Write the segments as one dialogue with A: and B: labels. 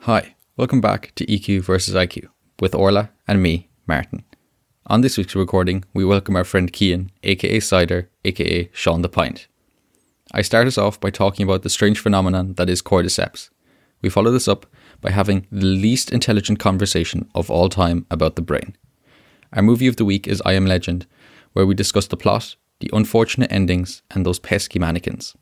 A: Hi, welcome back to EQ versus IQ with Orla and me, Martin. On this week's recording, we welcome our friend Kian, aka Cider, aka Sean the Pint. I start us off by talking about the strange phenomenon that is cordyceps. We follow this up by having the least intelligent conversation of all time about the brain. Our movie of the week is I Am Legend, where we discuss the plot, the unfortunate endings, and those pesky mannequins.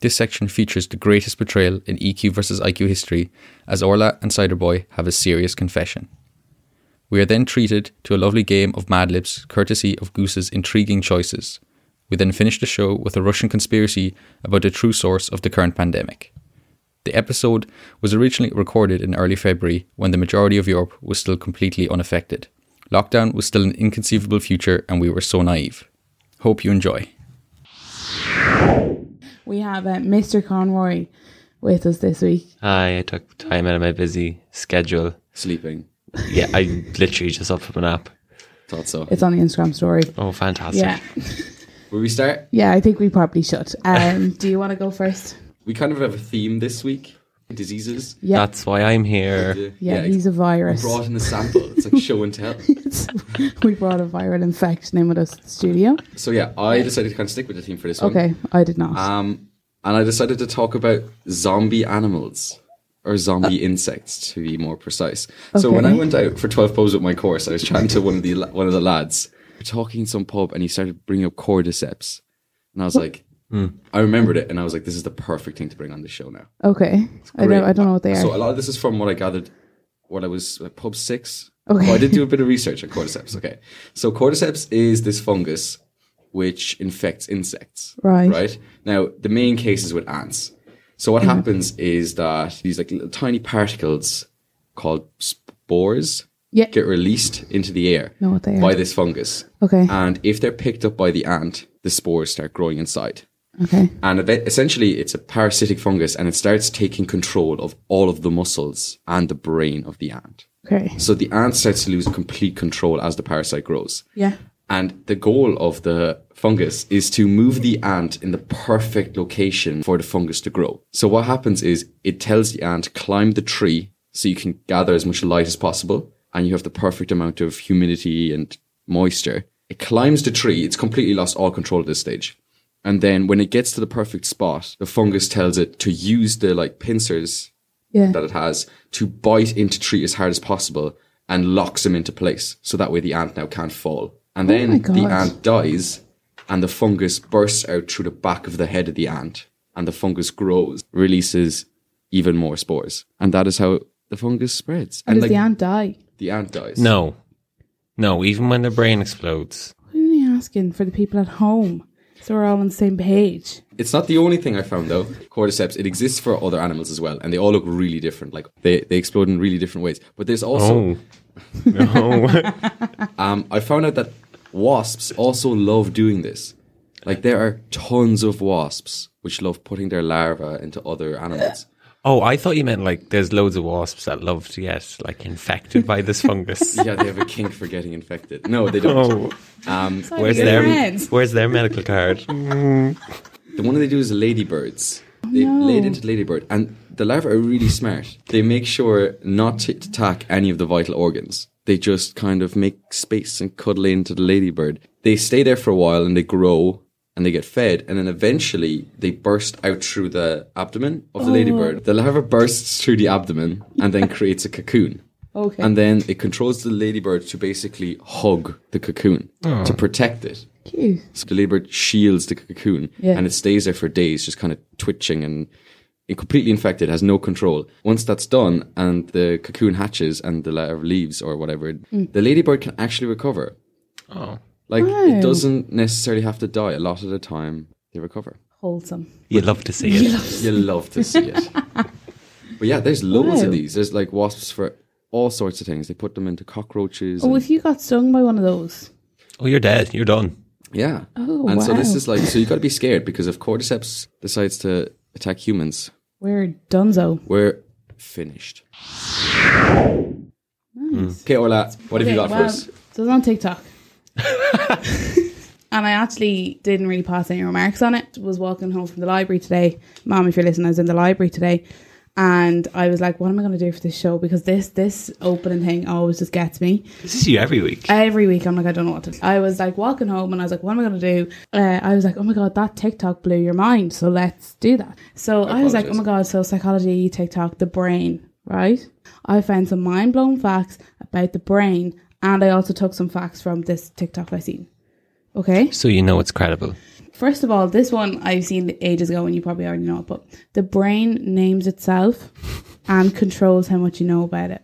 A: This section features the greatest betrayal in EQ versus IQ history, as Orla and Ciderboy have a serious confession. We are then treated to a lovely game of Mad Libs, courtesy of Goose's intriguing choices. We then finish the show with a Russian conspiracy about the true source of the current pandemic. The episode was originally recorded in early February when the majority of Europe was still completely unaffected. Lockdown was still an inconceivable future, and we were so naive. Hope you enjoy.
B: We have uh, Mr. Conroy with us this week.
C: Hi, I took time out of my busy schedule.
D: sleeping.
C: Yeah, I literally just up from an app.
D: Thought so.
B: It's on the Instagram story.
C: Oh, fantastic.
B: Yeah,
D: Will we start?
B: yeah. I think we probably should. Um, do you want to go first?
D: We kind of have a theme this week: diseases.
B: Yeah,
C: That's why I'm here.
B: yeah. he's a virus.
D: brought in a sample. It's like show and tell.
B: we brought a viral infection in with us to the studio.
D: So yeah, I decided to kind of stick with the theme for this one.
B: Okay, I did not.
D: Um, and I decided to talk about zombie animals or zombie insects, to be more precise. So when I
B: Uh, Okay.
D: went out for twelve pose with my course, I was chatting to one of the la- one of the lads. We were talking in some pub, and he started bringing up cordyceps, and I was like. I remembered it, and I was like, "This is the perfect thing to bring on the show now."
B: okay, I don't.
D: Great.
B: I don't know what they are.
D: So a lot of this is from what I gathered when I was at pub six.
B: Okay.
D: Oh, I did do a bit of research on cordyceps. Okay. So cordyceps is this fungus which infects insects.
B: Right.
D: Right. Now the main case is with ants. So what
B: Mm-hmm.
D: happens is that these like little tiny particles called spores
B: Yeah.
D: get released into the air
B: Know what they are.
D: by this fungus.
B: okay,
D: And if they're picked up by the ant, the spores start growing inside.
B: okay,
D: And eve- essentially, it's a parasitic fungus and it starts taking control of all of the muscles and the brain of the ant.
B: okay.
D: So the ant starts to lose complete control as the parasite grows.
B: Yeah,
D: And the goal of the fungus is to move the ant in the perfect location for the fungus to grow. So what happens is it tells the ant, climb the tree so you can gather as much light as possible and you have the perfect amount of humidity and moisture. It climbs the tree. It's completely lost all control at this stage. And then when it gets to the perfect spot, the fungus tells it to use the like pincers
B: yeah.
D: that it has to bite into tree as hard as possible and locks him into place. So that way the ant now can't fall. And then
B: Oh my
D: the
B: God.
D: ant dies and the fungus bursts out through the back of the head of the ant and the fungus grows, releases even more spores. And that is how the fungus spreads.
B: How
D: And
B: does
D: like
B: the ant die?
D: the ant dies.
C: No. No, even when the brain explodes.
B: What are you asking for the people at home? So we're all on the same page.
D: It's not the only thing I found though. Cordyceps, it exists for other animals as well, and they all look really different. Like they, they explode in really different ways. But there's also
C: Oh. No.
D: Um, I found out that wasps also love doing this. Like there are tons of wasps which love putting their larvae into other animals.
C: oh, I thought you meant like there's loads of wasps that love to get like infected by this fungus.
D: Yeah, they have a kink for getting infected. No, they don't.
C: Oh,
D: Um,
C: where's
B: Your
C: their
B: friends.
C: where's their medical card?
D: the one they do is ladybirds. They laid into the ladybird, and the larvae are really smart. They make sure not to attack any of the vital organs. They just kind of make space and cuddle into the ladybird. They stay there for a while and they grow and they get fed, and then eventually they burst out through the abdomen of the ladybird. The larva bursts through the abdomen and then creates a cocoon.
B: Okay.
D: And then it controls the ladybird to basically hug the cocoon to protect it.
B: Cute.
D: So the ladybird shields the cocoon
B: Yeah.
D: and it stays there for days, just kind of twitching and it completely infected, has no control. Once that's done and the cocoon hatches and the larva leaves or whatever,
B: Mm.
D: the ladybird can actually recover.
C: Oh.
D: Like
B: Wow.
D: it doesn't necessarily have to die. A lot of the time they recover.
B: Wholesome.
C: You love to see it.
D: You love to see it. but yeah, there's loads
B: Wow.
D: of these. There's like wasps for all sorts of things. They put them into cockroaches.
B: Oh,
D: and-
B: if you got stung by one of those.
C: Oh, you're dead. You're done.
D: Yeah.
B: Oh,
D: and so this
B: wow.
D: is like so you got to be scared because if cordyceps decides to attack humans,
B: We're donezo.
D: we're finished.
B: Nice.
D: Okay, Orla, what have you got
B: Okay, well,
D: first?
B: So it's on TikTok. and I actually didn't really pass any remarks on it. Was walking home from the library today. Mom, if you're listening, I was in the library today. And I was like, what am I going to do for this show? Because this this opening thing always just gets me.
C: This is you every week.
B: Every week, I'm like, I don't know what to do. I was like walking home and I was like, what am I going to do? Uh, I was like, oh my God, that TikTok blew your mind. So let's do that. So I, was like, oh
D: apologize.
B: my God, so psychology, TikTok, the brain, right? I found some mind blowing facts about the brain. And I also took some facts from this TikTok I seen. Okay.
C: so you know it's credible.
B: First of all, this one I've seen ages ago and you probably already know it, but the brain names itself and controls how much you know about it.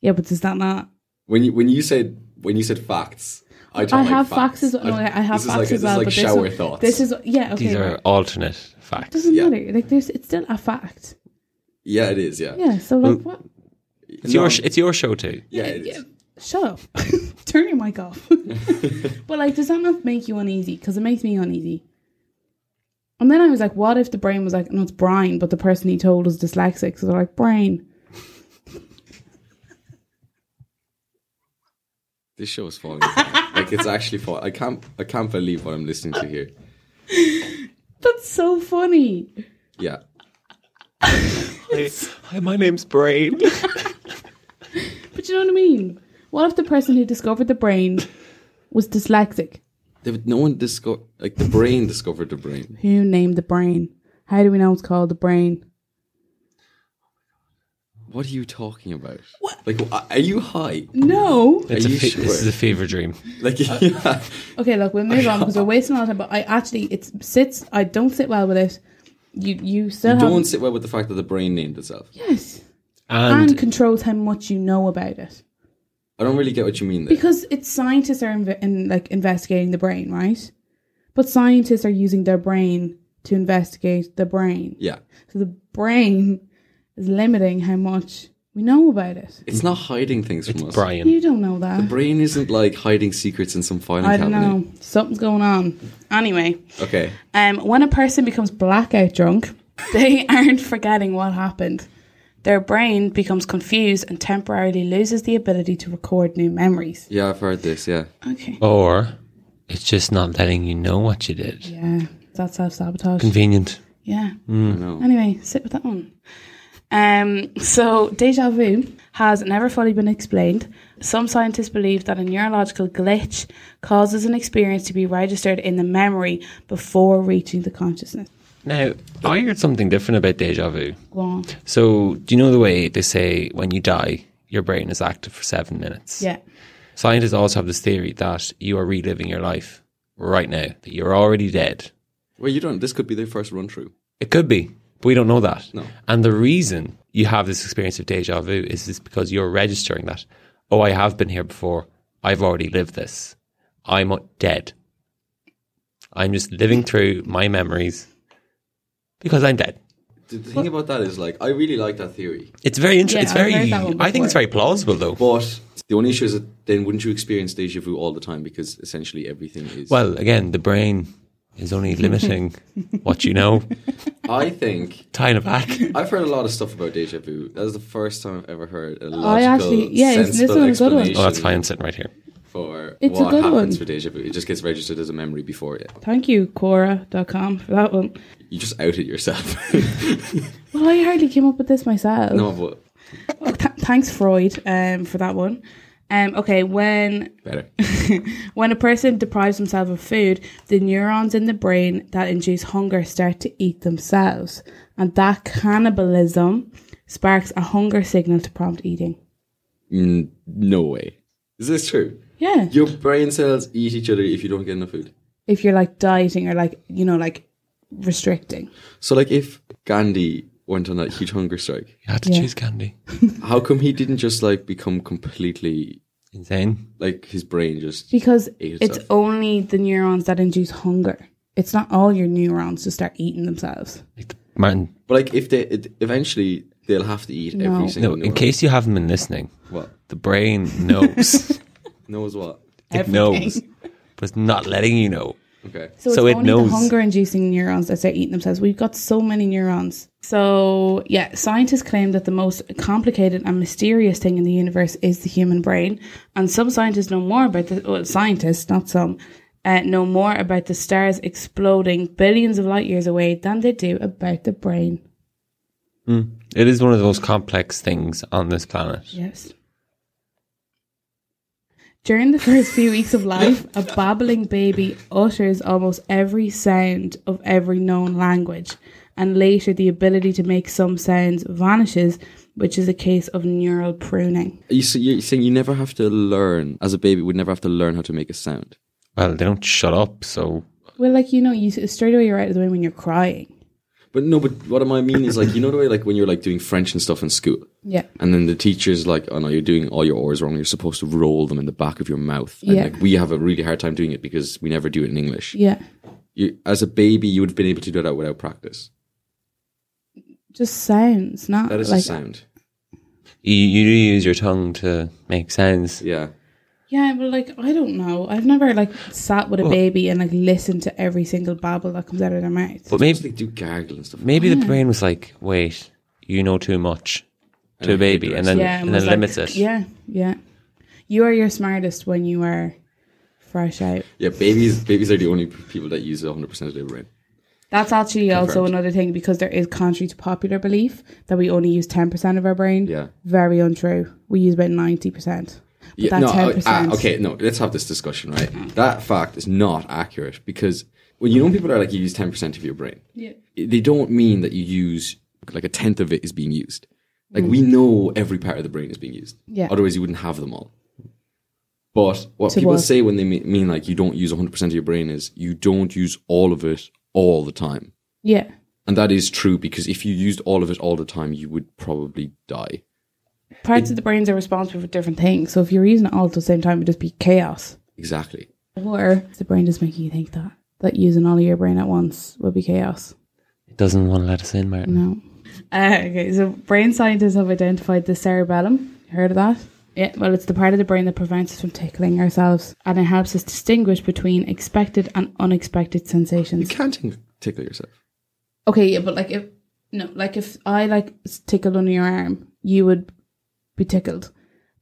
B: Yeah, but does that not?
D: When you when you said when you said facts, I, don't
B: I
D: like
B: have facts as well. No, I I have
D: this
B: facts
D: is like,
B: as
D: This
B: well.
D: is like
B: but this
D: shower
B: one-
D: thoughts.
B: This is yeah. Okay,
C: These are
B: right.
C: alternate facts.
B: doesn't
D: yeah.
B: matter. Like there's, it's still a fact.
D: yeah, it is. Yeah,
B: Yeah. So like what?
C: It's your sh- it's your show too.
D: yeah, it is.
B: Shut up. Turn your mic off. but like, does that not make you uneasy? Because it makes me uneasy. And then I was like, what if the brain was like, no, it's Brian, but the person he told was dyslexic. So they're like, Brian.
D: This show is falling. apart. like it's actually falling. I can't I can't believe what I'm listening to here.
B: That's so funny.
D: Yeah,
C: Hi, my name's Brain.
B: But you know what I mean? What if the person who discovered the brain was dyslexic?
D: There was- no one discovered like the brain discovered the brain.
B: Who named the brain? How do we know it's called the brain?
D: What are you talking about? What? Like, wh- are you high?
B: No.
C: It's
D: Are
C: a
D: you
C: fe-
D: sure?
C: This is a fever dream.
D: Like,
B: Uh,
D: yeah.
B: Okay, look, we'll move on because we're wasting a lot of time. But I actually, it sits. I don't sit well with it. You, you still have
D: don't sit well with the fact that the brain named itself.
B: yes,
C: And,
B: and controls how much you know about it
D: I don't really get what you mean there.
B: because it's scientists are inve in like investigating the brain, right? But scientists are using their brain to investigate the brain.
D: yeah,
B: So the brain is limiting how much we know about it.
D: it's not hiding things from us.
C: Brian.
B: You don't know that.
D: The brain isn't like hiding secrets in some filing
B: I don't
D: cabinet.
B: know. Something's going on. Anyway,
D: Okay,
B: um, when a person becomes blackout drunk, they aren't forgetting what happened. Their brain becomes confused and temporarily loses the ability to record new memories.
D: yeah, I've heard this. Yeah,
B: Okay.
C: Or it's just not letting you know what you did.
B: Yeah, that's self sabotage.
C: Convenient.
B: Yeah.
D: I know.
B: Anyway, sit with that one. Um, so, deja vu has never fully been explained. Some scientists believe that a neurological glitch causes an experience to be registered in the memory before reaching the consciousness.
C: Now, I heard something different about deja vu.
B: Go on.
C: So, do you know the way they say when you die, your brain is active for seven minutes?
B: Yeah.
C: Scientists also have this theory that you are reliving your life right now, that you're already dead.
D: Well, you don't. This could be their first run through.
C: It could be, but we don't know that.
D: No.
C: And the reason you have this experience of deja vu is, is because you're registering that, oh, I have been here before. I've already lived this. I'm dead. I'm just living through my memories because I'm dead.
D: The the thing about that is, like, I really like that theory,
C: It's very
B: Yeah,
C: interesting. it's
B: I've
C: very.
B: heard that one
C: I think it's
B: before.
C: very plausible, though.
D: but the only issue is that then wouldn't you experience deja vu all the time because essentially everything is.
C: Well, again, the brain is only limiting what you know.
D: I think
C: Tying it back.
D: I've heard a lot of stuff about deja vu. That was the first time I've ever heard a logical,
B: I actually- yeah, isn't this
D: sensible
B: one a good one?
D: explanation
C: Oh, that's fine. I'm sitting right here.
D: for
B: It's a
D: what
B: good
D: happens
B: one.
D: for deja vu. It just gets registered as a memory before it.
B: Thank you, Quora.com, for that one.
D: You just outed yourself.
B: Well, I hardly came up with this myself.
D: no, but
B: Oh, th- thanks, Freud, um, for that one. Um, okay, when
D: better.
B: When a person deprives themselves of food, the neurons in the brain that induce hunger start to eat themselves. And that cannibalism sparks a hunger signal to prompt eating.
D: Mm, no way. Is this true?
B: Yeah.
D: Your brain cells eat each other if you don't get enough food.
B: if you're like dieting or like, you know, like restricting.
D: So, like, if Gandhi went on that huge hunger strike,
C: You had to
B: Yeah.
C: choose candy.
D: how come he didn't just like become completely
C: Insane.
D: like his brain just?
B: Because
D: Eat
B: it's
D: itself.
B: only the neurons that induce hunger. It's not all your neurons to start eating themselves.
C: Like the- Martin,
D: But like, if they it, eventually they'll have to eat
B: No.
D: every
C: no,
D: single.
C: in
D: neuron.
C: case you haven't been listening,
D: What
C: the brain knows.
D: knows what?
C: it knows. But it's not letting you know.
D: Okay.
B: So,
C: So
B: it's
C: it
B: only
C: knows.
B: the hunger-inducing neurons that start eating themselves. We've got so many neurons. So yeah, scientists claim that the most complicated and mysterious thing in the universe is the human brain, and some scientists know more about this. Well, scientists, not some, uh, know more about the stars exploding billions of light years away than they do about the brain. Mm.
C: It is one of the most complex things on this planet.
B: Yes. During the first few weeks of life, a babbling baby utters almost every sound of every known language, and later the ability to make some sounds vanishes, which is a case of neural pruning.
D: You see, you're saying you never have to learn as a baby. Would never have to learn how to make a sound.
C: Well, they don't shut up, so
B: Well, like you know, you s- straight away you're out of the way when you're crying.
D: But no, but what am I mean is like you know the way like when you're like doing French and stuff in school,
B: Yeah.
D: and then the teacher's like, "Oh no, you're doing all your R's wrong. You're supposed to roll them in the back of your mouth." And
B: Yeah.
D: like we have a really hard time doing it because we never do it in English.
B: Yeah.
D: You, as a baby, you would have been able to do that without practice.
B: Just sounds, not
D: That is
B: like
D: a sound.
C: you, you do use your tongue to make sounds.
D: Yeah.
B: Yeah, but like I don't know. I've never like sat with a baby and like listened to every single babble that comes out of their mouth.
C: But
D: Maybe
C: maybe
D: they do gargle and stuff.
C: maybe
B: Mm.
C: the brain was like, wait, you know too much to a baby, and then
B: yeah,
C: and
B: was
C: then
B: like,
C: limits it.
B: Yeah, yeah. You are your smartest when you are fresh out.
D: Yeah, babies babies are the only people that use 100 percent of their brain.
B: That's actually also
D: Confirmed.
B: another thing because there is contrary to popular belief that we only use ten percent of our brain.
D: Yeah.
B: very untrue. We use about ninety percent. But that
D: no,
B: ten
D: uh,
B: percent.
D: ah, okay, no, let's have this discussion, right? That fact is not accurate because when you know people are like, you use 10% of your brain,
B: Yeah.
D: they don't mean that you use like a tenth of it is being used. Like, we know every part of the brain is being used.
B: Mm. Yeah.
D: Otherwise, you wouldn't have them all. But what
B: To
D: people
B: what?
D: say when they me- mean like you don't use 100% of your brain is you don't use all of it all the time.
B: Yeah.
D: And that is true because if you used all of it all the time, you would probably die.
B: Parts of the brains are responsible for different things. So if you're using it all at the same time, it'd just be chaos.
D: Exactly.
B: Or the brain just making you think that that using all of your brain at once would be chaos.
C: It doesn't want to let us in, Martin.
B: No. Uh, okay, so brain scientists have identified the cerebellum. Heard of that? Yeah, well, it's the part of the brain that prevents us from tickling ourselves, and it helps us distinguish between expected and unexpected
D: You
B: sensations.
D: can't tick- tickle yourself.
B: Okay, yeah, but like if no, like if I like s- tickled under your arm, you would be tickled.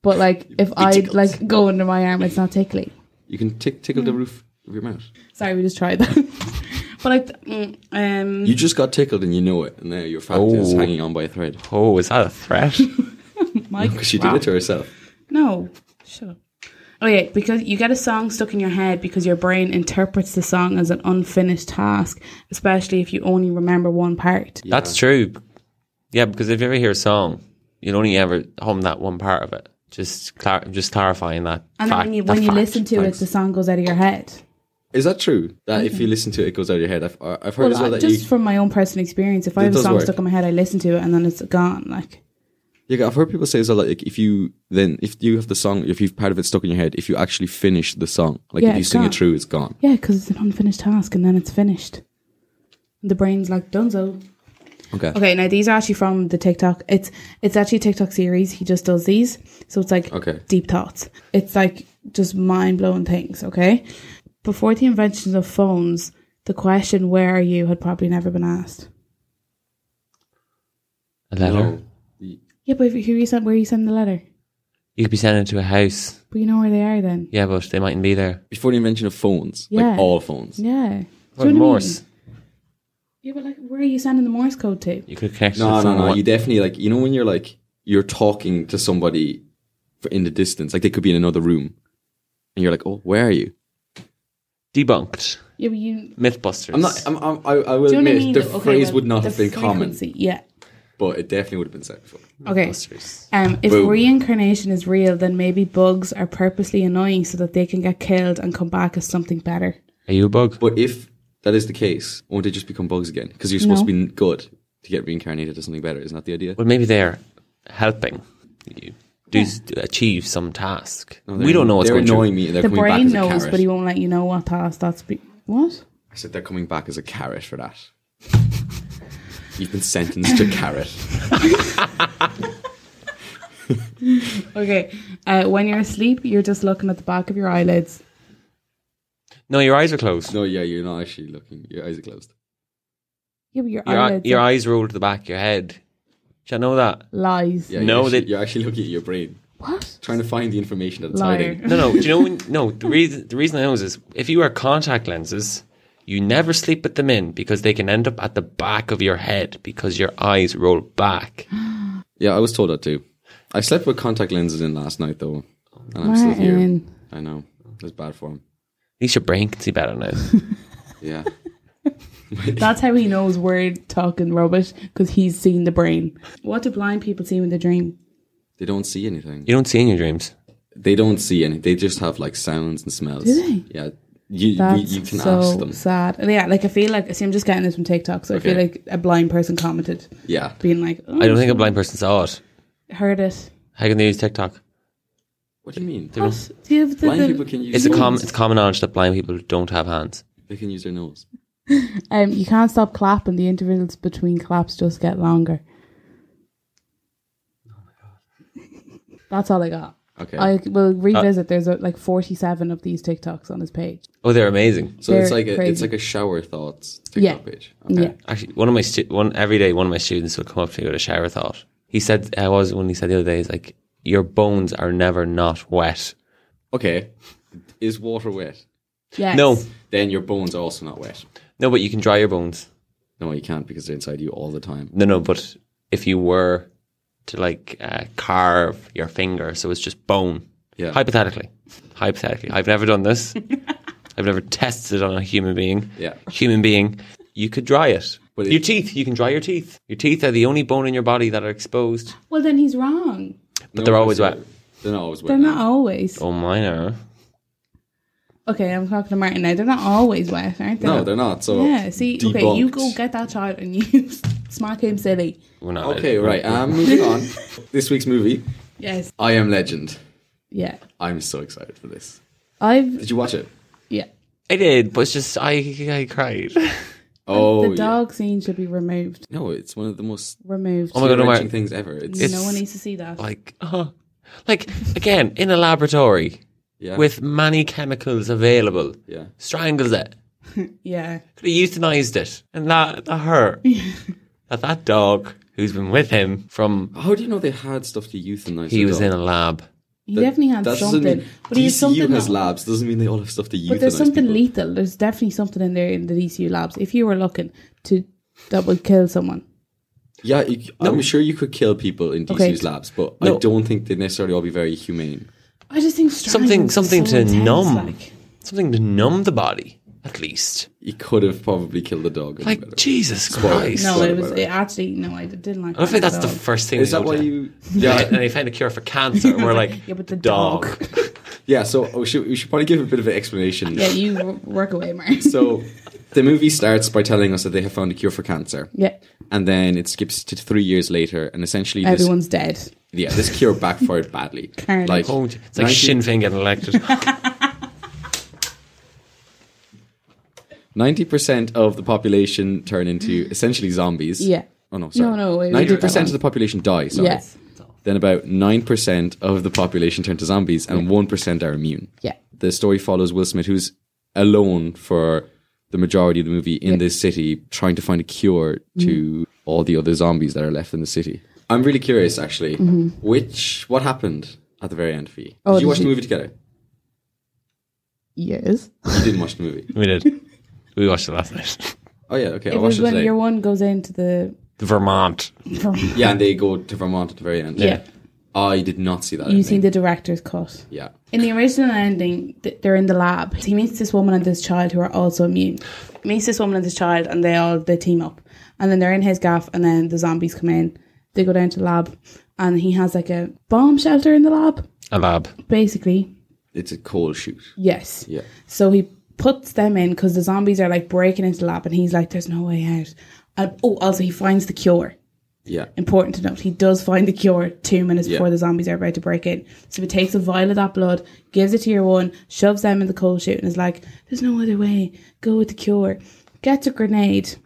B: But like if I
D: tickled.
B: like go under my arm, it's not tickly.
D: You can tick- tickle
B: Mm.
D: the roof of your mouth.
B: Sorry, we just tried that. but like, mm, um,
D: You just got tickled and you know it, and now your fact is
C: Oh.
D: hanging on by a thread.
C: Oh, is that a threat?
B: Mike,
D: Because she did it to herself.
B: No. Shut up. Oh yeah, because you get a song stuck in your head because your brain interprets the song as an unfinished task, especially if you only remember one part.
C: That's true. Yeah, because if you ever hear a song, you'll only ever hum that one part of it. Just clar- just clarifying that.
B: And
C: fact,
B: then when you
C: that
B: when you
C: fact.
B: listen to it, the song goes out of your head.
D: Is that true? That if you listen to it, it goes out of your head. I've, I've heard
B: Mm-hmm. Well,
D: as well
B: I-
D: that
B: just
D: you.
B: from my own personal experience, if I have a
D: does
B: song
D: work.
B: stuck in my head, I listen to it and then it's gone. Like,
D: Yeah, I've heard people say as well like if you then if you have the song if you've part of it stuck in your head if you actually finish the song like
B: Yeah,
D: if you
B: it's
D: sing
B: gone.
D: it through it's gone.
B: yeah, because it's an unfinished task and then it's finished. The brain's like Dunzo.
D: Okay.
B: Okay, now these are actually from the TikTok. It's it's actually a TikTok series. He just does these, so it's like
D: Okay.
B: deep thoughts. It's like just mind blowing things. Okay, before the invention of phones, the question "Where are you?" had probably never been asked.
C: a letter.
D: No.
B: Yeah, but who you sent? Where you send the letter?
C: You could be sent into a house.
B: But you know where they are then.
C: Yeah, but they mightn't be there.
D: Before the invention of phones,
B: Yeah.
D: like all phones.
B: Yeah. Do
C: What
B: you know what I
C: Morse?
B: mean? Yeah, but like, where are you sending the Morse code to?
C: You could connect.
D: No,
C: to
D: no, no.
C: someone.
D: You definitely like you know when you're like you're talking to somebody for- in the distance, like they could be in another room, and you're like, oh, where are you?
C: Debunked.
B: Yeah, but you.
C: Mythbusters.
D: I'm not. I'm, I'm, I, I will
B: Do you know
D: admit
B: what I mean?
D: the
B: though? Okay,
D: phrase
B: well,
D: would not
B: the
D: have been common,
B: frequency, Yeah.
D: but it definitely would have been said before.
B: Okay. Um, if
D: Boom.
B: reincarnation is real, then maybe bugs are purposely annoying so that they can get killed and come back as something better.
C: Are you a bug?
D: But if that is the case, won't they just become bugs again? Because you're supposed
B: No.
D: to be good to get reincarnated as something better. Isn't that the idea?
C: Well, maybe they're helping you do to achieve some task.
D: No,
C: we
D: they're-
C: don't know what's
D: they're
C: going to
D: annoying me. They're
B: the
D: coming back
B: brain
D: as a
B: knows,
D: carrot.
B: but he won't let you know what task that's. Be- what?
D: I said they're coming back as a carrot for that. You've been sentenced to carrot.
B: Okay. Uh, when you're asleep, you're just looking at the back of your eyelids.
C: No, your eyes are closed.
D: No, yeah, you're not actually looking. Your eyes are closed.
B: Yeah, but your,
C: your, eye-
B: eyelids
C: your
B: are
C: eyes roll to the back of your head. Do you know that?
B: lies.
D: Yeah,
C: No,
D: you're actually,
C: they-
D: you're actually looking at your brain.
B: What?
D: Trying to find the information that's
B: Liar.
D: hiding.
C: No, no. Do you know? When, no. The reason the reason I know is, is if you wear contact lenses, you never sleep with them in because they can end up at the back of your head because your eyes roll back.
D: Yeah, I was told that too. I slept with contact lenses in last night though, and I'm still here.
B: Martin.
D: I know it's bad form.
C: At least your brain can see better now.
D: Yeah,
B: That's how he knows we're talking rubbish because he's seen the brain. What do blind people see when they dream?
D: they don't see anything.
C: you don't see in your dreams.
D: They don't see any. They just have like sounds and smells.
B: Do they?
D: Yeah, you we,
B: That's
D: you can
B: so
D: ask them.
B: sad. And Yeah, like I feel like see, I'm just getting this from TikTok, so I feel
D: Okay.
B: like a blind person commented,
D: Yeah,
B: being like, oh,
C: I don't think a blind person saw it.
B: heard it.
C: How can they use TikTok?
D: what do you mean?
B: What? Do you have the,
D: Blind
B: the-
D: people can use.
C: It's a
D: their
C: com-
D: nose.
C: it's common knowledge that blind people don't have hands.
D: They can use their nose.
B: um, you can't stop clapping. The intervals between claps just get longer. That's all I got.
D: Okay.
B: I will revisit. There's uh like 47 of these TikToks on his page.
C: Oh, they're amazing.
D: so it's
B: they're
D: like a, it's
B: crazy.
D: like a shower thoughts TikTok
B: Yeah.
D: page. Okay.
B: Yeah.
C: Actually, one of my stu- one every day, one of my students will come up to me with a shower thought. He said, "I was when he said the other day, he's like, your bones are never not wet."
D: Okay. Is water wet?
B: Yes.
C: No,
D: Then your bones are also not wet.
C: no, but you can dry your bones.
D: No, you can't because they're inside you all the time.
C: No, no, but if you were to like uh, carve your finger, so it's just bone.
D: Yeah.
C: Hypothetically, hypothetically, I've never done this. I've never tested on a human being.
D: Yeah.
C: Human being, you could dry it.
D: But it-
C: your teeth, you can dry your teeth. Your teeth are the only bone in your body that are exposed,
B: Well, then he's wrong.
C: but they're always wet.
D: They're not always wet.
B: They're
D: no.
B: not always.
C: Oh, mine are.
B: Okay, I'm talking to Martin now. They're not always wet, aren't they?
D: No, they're not. So
B: Yeah, see, okay, you go
D: debunked.
B: get that child and you smack him silly.
C: We're not.
D: Okay, right. Um, moving on. This week's movie,
B: Yes.
D: I Am Legend.
B: Yeah.
D: I'm so excited for this.
B: I've,
D: Did you watch it?
B: yeah.
C: I did, but it's just I I cried.
D: Oh,
B: the
D: yeah.
B: dog scene should be removed.
D: no! It's one of the most
B: Removed.
C: Oh my God, no,
D: wrenching
C: Mark.
D: things ever. It's,
C: It's-
B: no one needs to see that.
C: like, oh, like again in a laboratory
D: yeah,
C: with many chemicals available.
D: yeah.
C: Strangles it.
B: yeah.
C: Could have euthanized it, and that that hurt. that that dog who's been with him from
D: How do you know they had stuff to euthanize?
C: he
D: the
C: was
D: dog?
C: in a lab.
B: He
D: That-
B: definitely had
D: that doesn't
B: something.
D: mean-
B: But
D: DCU
B: he has something.
D: has
B: that-
D: labs. Doesn't mean they all have stuff to euthanize.
B: but there's something
D: people.
B: lethal. There's definitely something in there in the DCU labs. If you were looking to, that would kill someone.
D: Yeah, you, I'm sure you could kill people in DC's
B: Okay.
D: labs, but I
C: No.
D: don't think they necessarily all be very humane.
B: I just think strangling
C: Something
B: is
C: something
B: so
C: to
B: intense,
C: numb,
B: like.
C: something to numb the body at least.
D: You could have probably killed the dog.
C: Like Jesus Christ.
B: No,
D: Sorry
B: it
D: about
B: was
D: that.
B: it actually no. I didn't like.
C: I don't think
B: that
C: that's
B: at
C: the
B: all.
C: first thing.
D: is
C: we
D: that
C: go
D: why
C: to.
D: you?
C: Yeah,
D: Yeah,
C: and they found a cure for cancer, and we're like,
B: Yeah, but the
C: dog.
D: yeah. So oh, we should, we should probably give a bit of an explanation.
B: Yeah, you w- work away, Mark.
D: So the movie starts by telling us that they have found a cure for cancer.
B: Yeah,
D: And then it skips to three years later, and essentially, this,
B: everyone's dead.
D: yeah, this cure backfired badly.
B: Carnage.
C: Oh, it's like
D: 19
C: Sinn Féin getting elected.
D: 90% of the population turn into essentially zombies.
B: Yeah.
D: Oh, no, sorry.
B: No, no, wait, we did that
D: 90%
B: one.
D: of the population die, sorry.
B: Yes.
D: Then about 9% of the population turn to zombies and 1% are immune.
B: Yeah.
D: The story follows Will Smith, who's alone for the majority of the movie in this city, trying to find a cure
B: Mm-hmm.
D: to all the other zombies that are left in the city. I'm really curious, actually, which, what happened at the very end for you?
B: Mm-hmm. Oh,
D: did you
B: did
D: watch the
B: you-
D: movie together?
B: Yes.
D: You didn't watch the movie.
C: we did. We watched it last night.
D: Oh, yeah, okay, I
B: It
D: watched
B: was
D: it
B: when
D: today.
B: your one goes into the.
C: Vermont.
D: Yeah, and they go to Vermont at the very end.
B: Yeah.
D: I did not see that.
B: You
D: ending.
B: seen the director's cut.
D: Yeah.
B: In the original ending, th- they're in the lab. He meets this woman and this child who are also immune. He meets this woman and this child, and they all they team up. And then they're in his gaff, and then the zombies come in. They go down to the lab, and he has like a bomb shelter in the lab,
C: A lab.
B: basically.
D: It's a cold shoot.
B: Yes.
D: Yeah.
B: So he puts them in because the zombies are like breaking into the lab, and he's like, "There's no way out." And, oh, also he finds the cure.
D: Yeah.
B: Important to note, he does find the cure two minutes
D: Yeah.
B: before the zombies are about to break in. So he takes a vial of that blood, gives it to your one, shoves them in the cold chute, and is like, "There's no other way. Go with the cure." Gets a grenade,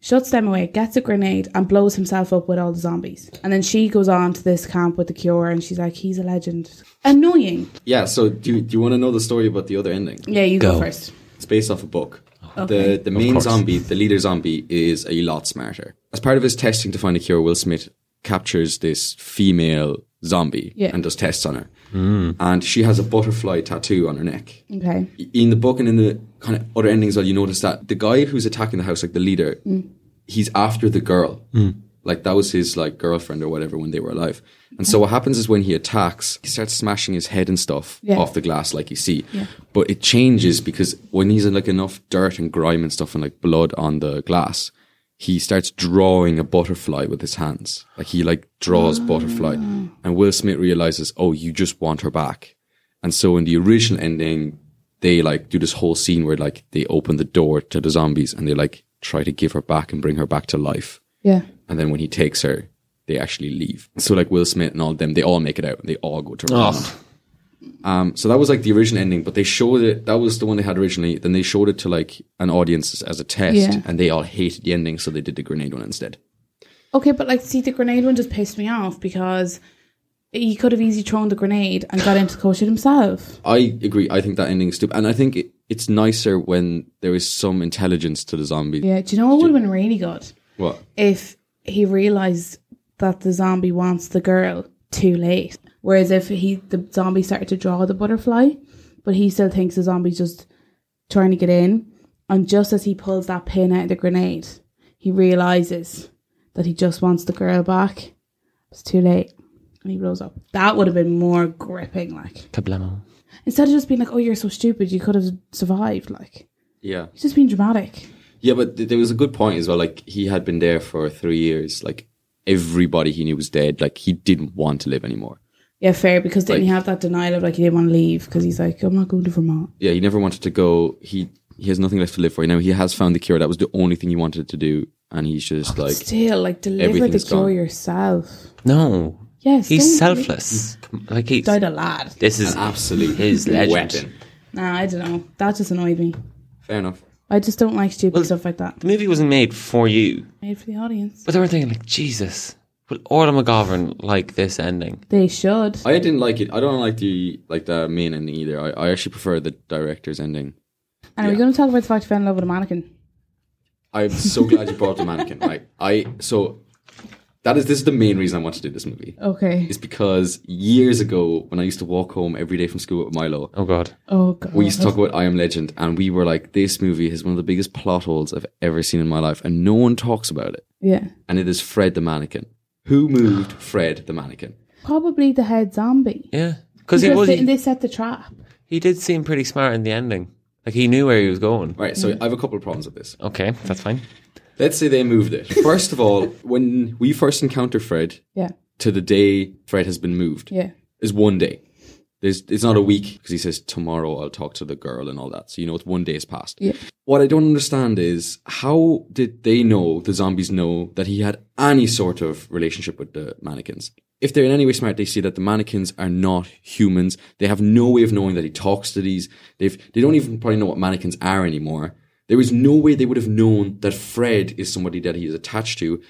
B: shuts them away, gets a grenade, and blows himself up with all the zombies. And then she goes on to this camp with the cure, and she's like, "He's a legend." Annoying.
D: Yeah, so do you, do you want to know the story about the other ending?
B: Yeah, you go,
C: Go.
B: first.
D: It's based off a book.
B: Okay.
D: The the main
C: course.
D: zombie, the leader zombie, is a lot smarter. As part of his testing to find a cure, Will Smith captures this female zombie
B: Yeah.
D: and does tests on her. And she has a butterfly tattoo on her neck.
B: Okay.
D: In the book and in the kind of other endings, well, you notice that the guy who's attacking the house, like the leader, he's after the girl. Like that was his like girlfriend or whatever when they were alive. And so what happens is when he attacks, he starts smashing his head and stuff
B: Yeah.
D: off the glass, like you see. But it changes because when he's in like enough dirt and grime and stuff and like blood on the glass, he starts drawing a butterfly with his hands. Like he like draws butterfly. And Will Smith realizes, oh, you just want her back. And so in the original ending, they like do this whole scene where like they open the door to the zombies and they like try to give her back and bring her back to life.
B: Yeah.
D: And then when he takes her, they actually leave. So like Will Smith and all them, they all make it out and they all go to Rwanda. Um, so that was like the original ending, but they showed it. That was the one they had originally. Then they showed it to like an audience as- as a test,
B: Yeah.
D: and they all hated the ending, so they did the grenade one instead.
B: Okay, but like, see, the grenade one just pissed me off because he could have easily thrown the grenade and got into coach it himself.
D: I agree. I think that ending is stupid, and I think it, it's nicer when there is some intelligence to the zombie.
B: Yeah. Do you know what would have been really good
D: What?
B: if he realized that the zombie wants the girl too late? Whereas if he the zombie started to draw the butterfly, but he still thinks the zombie's just trying to get in, and just as he pulls that pin out of the grenade, he realizes that he just wants the girl back. It's too late, and he blows up. That would have been more gripping, like.
C: Kablamo.
B: Instead of just being like, "Oh, you're so stupid," you could have survived. Like,
D: Yeah,
B: he's just being dramatic.
D: yeah, but th- there was a good point as well. Like he had been there for three years. Like everybody he knew was dead. Like he didn't want to live anymore.
B: Yeah, fair. Because didn't he have that denial of like he didn't want to leave because he's like, "I'm not going to Vermont."
D: yeah, he never wanted to go. He he has nothing left to live for. You know, he has found the cure. That was the only thing he wanted to do, and he's just
C: Oh,
D: like,
B: Still, like, deliver the
D: Everything's
B: cure
D: gone.
B: yourself.
C: No.
B: Yes,
C: He's
B: don't-
C: selfless. Come- Like he's,
B: Died a lad.
C: this is
D: absolute
C: his legend.
D: Ah, weapon.
B: Nah, I don't know. That just annoyed me.
D: Fair enough.
B: I just don't like stupid stuff like that.
C: The movie wasn't made for you,
B: Made for the audience.
C: but they were thinking like, Jesus, will Orla McGovern like this ending?
B: They should.
D: I didn't like it. I don't like the like the main ending either. I, I actually prefer the director's ending.
B: and we're going to talk about the fact you fell in love with a mannequin.
D: I'm so glad you brought the mannequin. Right, I so that is this is the main reason I want to do this movie.
B: Okay.
D: Is because years ago when I used to walk home every day from school with Milo,
C: Oh God.
B: Oh god.
D: we used to talk about I Am Legend, and we were like, this movie is one of the biggest plot holes I've ever seen in my life, and no one talks about it.
B: yeah.
D: and it is Fred the mannequin. Who moved Fred the mannequin?
B: Probably the head zombie.
C: Yeah, because he
B: Because
C: was
B: they,
C: he,
B: they set the trap.
C: he did seem pretty smart in the ending. Like he knew where he was going.
D: Right, so I have a couple of problems with this.
C: Okay, that's fine.
D: Let's say they moved it. First of all, when we first encounter Fred
B: Yeah.
D: to the day Fred has been moved
B: Yeah.
D: is one day. There's, it's not a week because he says tomorrow I'll talk to the girl and all that. So you know it's one day has passed.
B: Yeah.
D: What I don't understand is how did they know the zombies know that he had any sort of relationship with the mannequins? If they're in any way smart, they see that the mannequins are not humans. They have no way of knowing that he talks to these. They've they don't even probably know what mannequins are anymore. There is no way they would have known that Fred is somebody that he is attached to.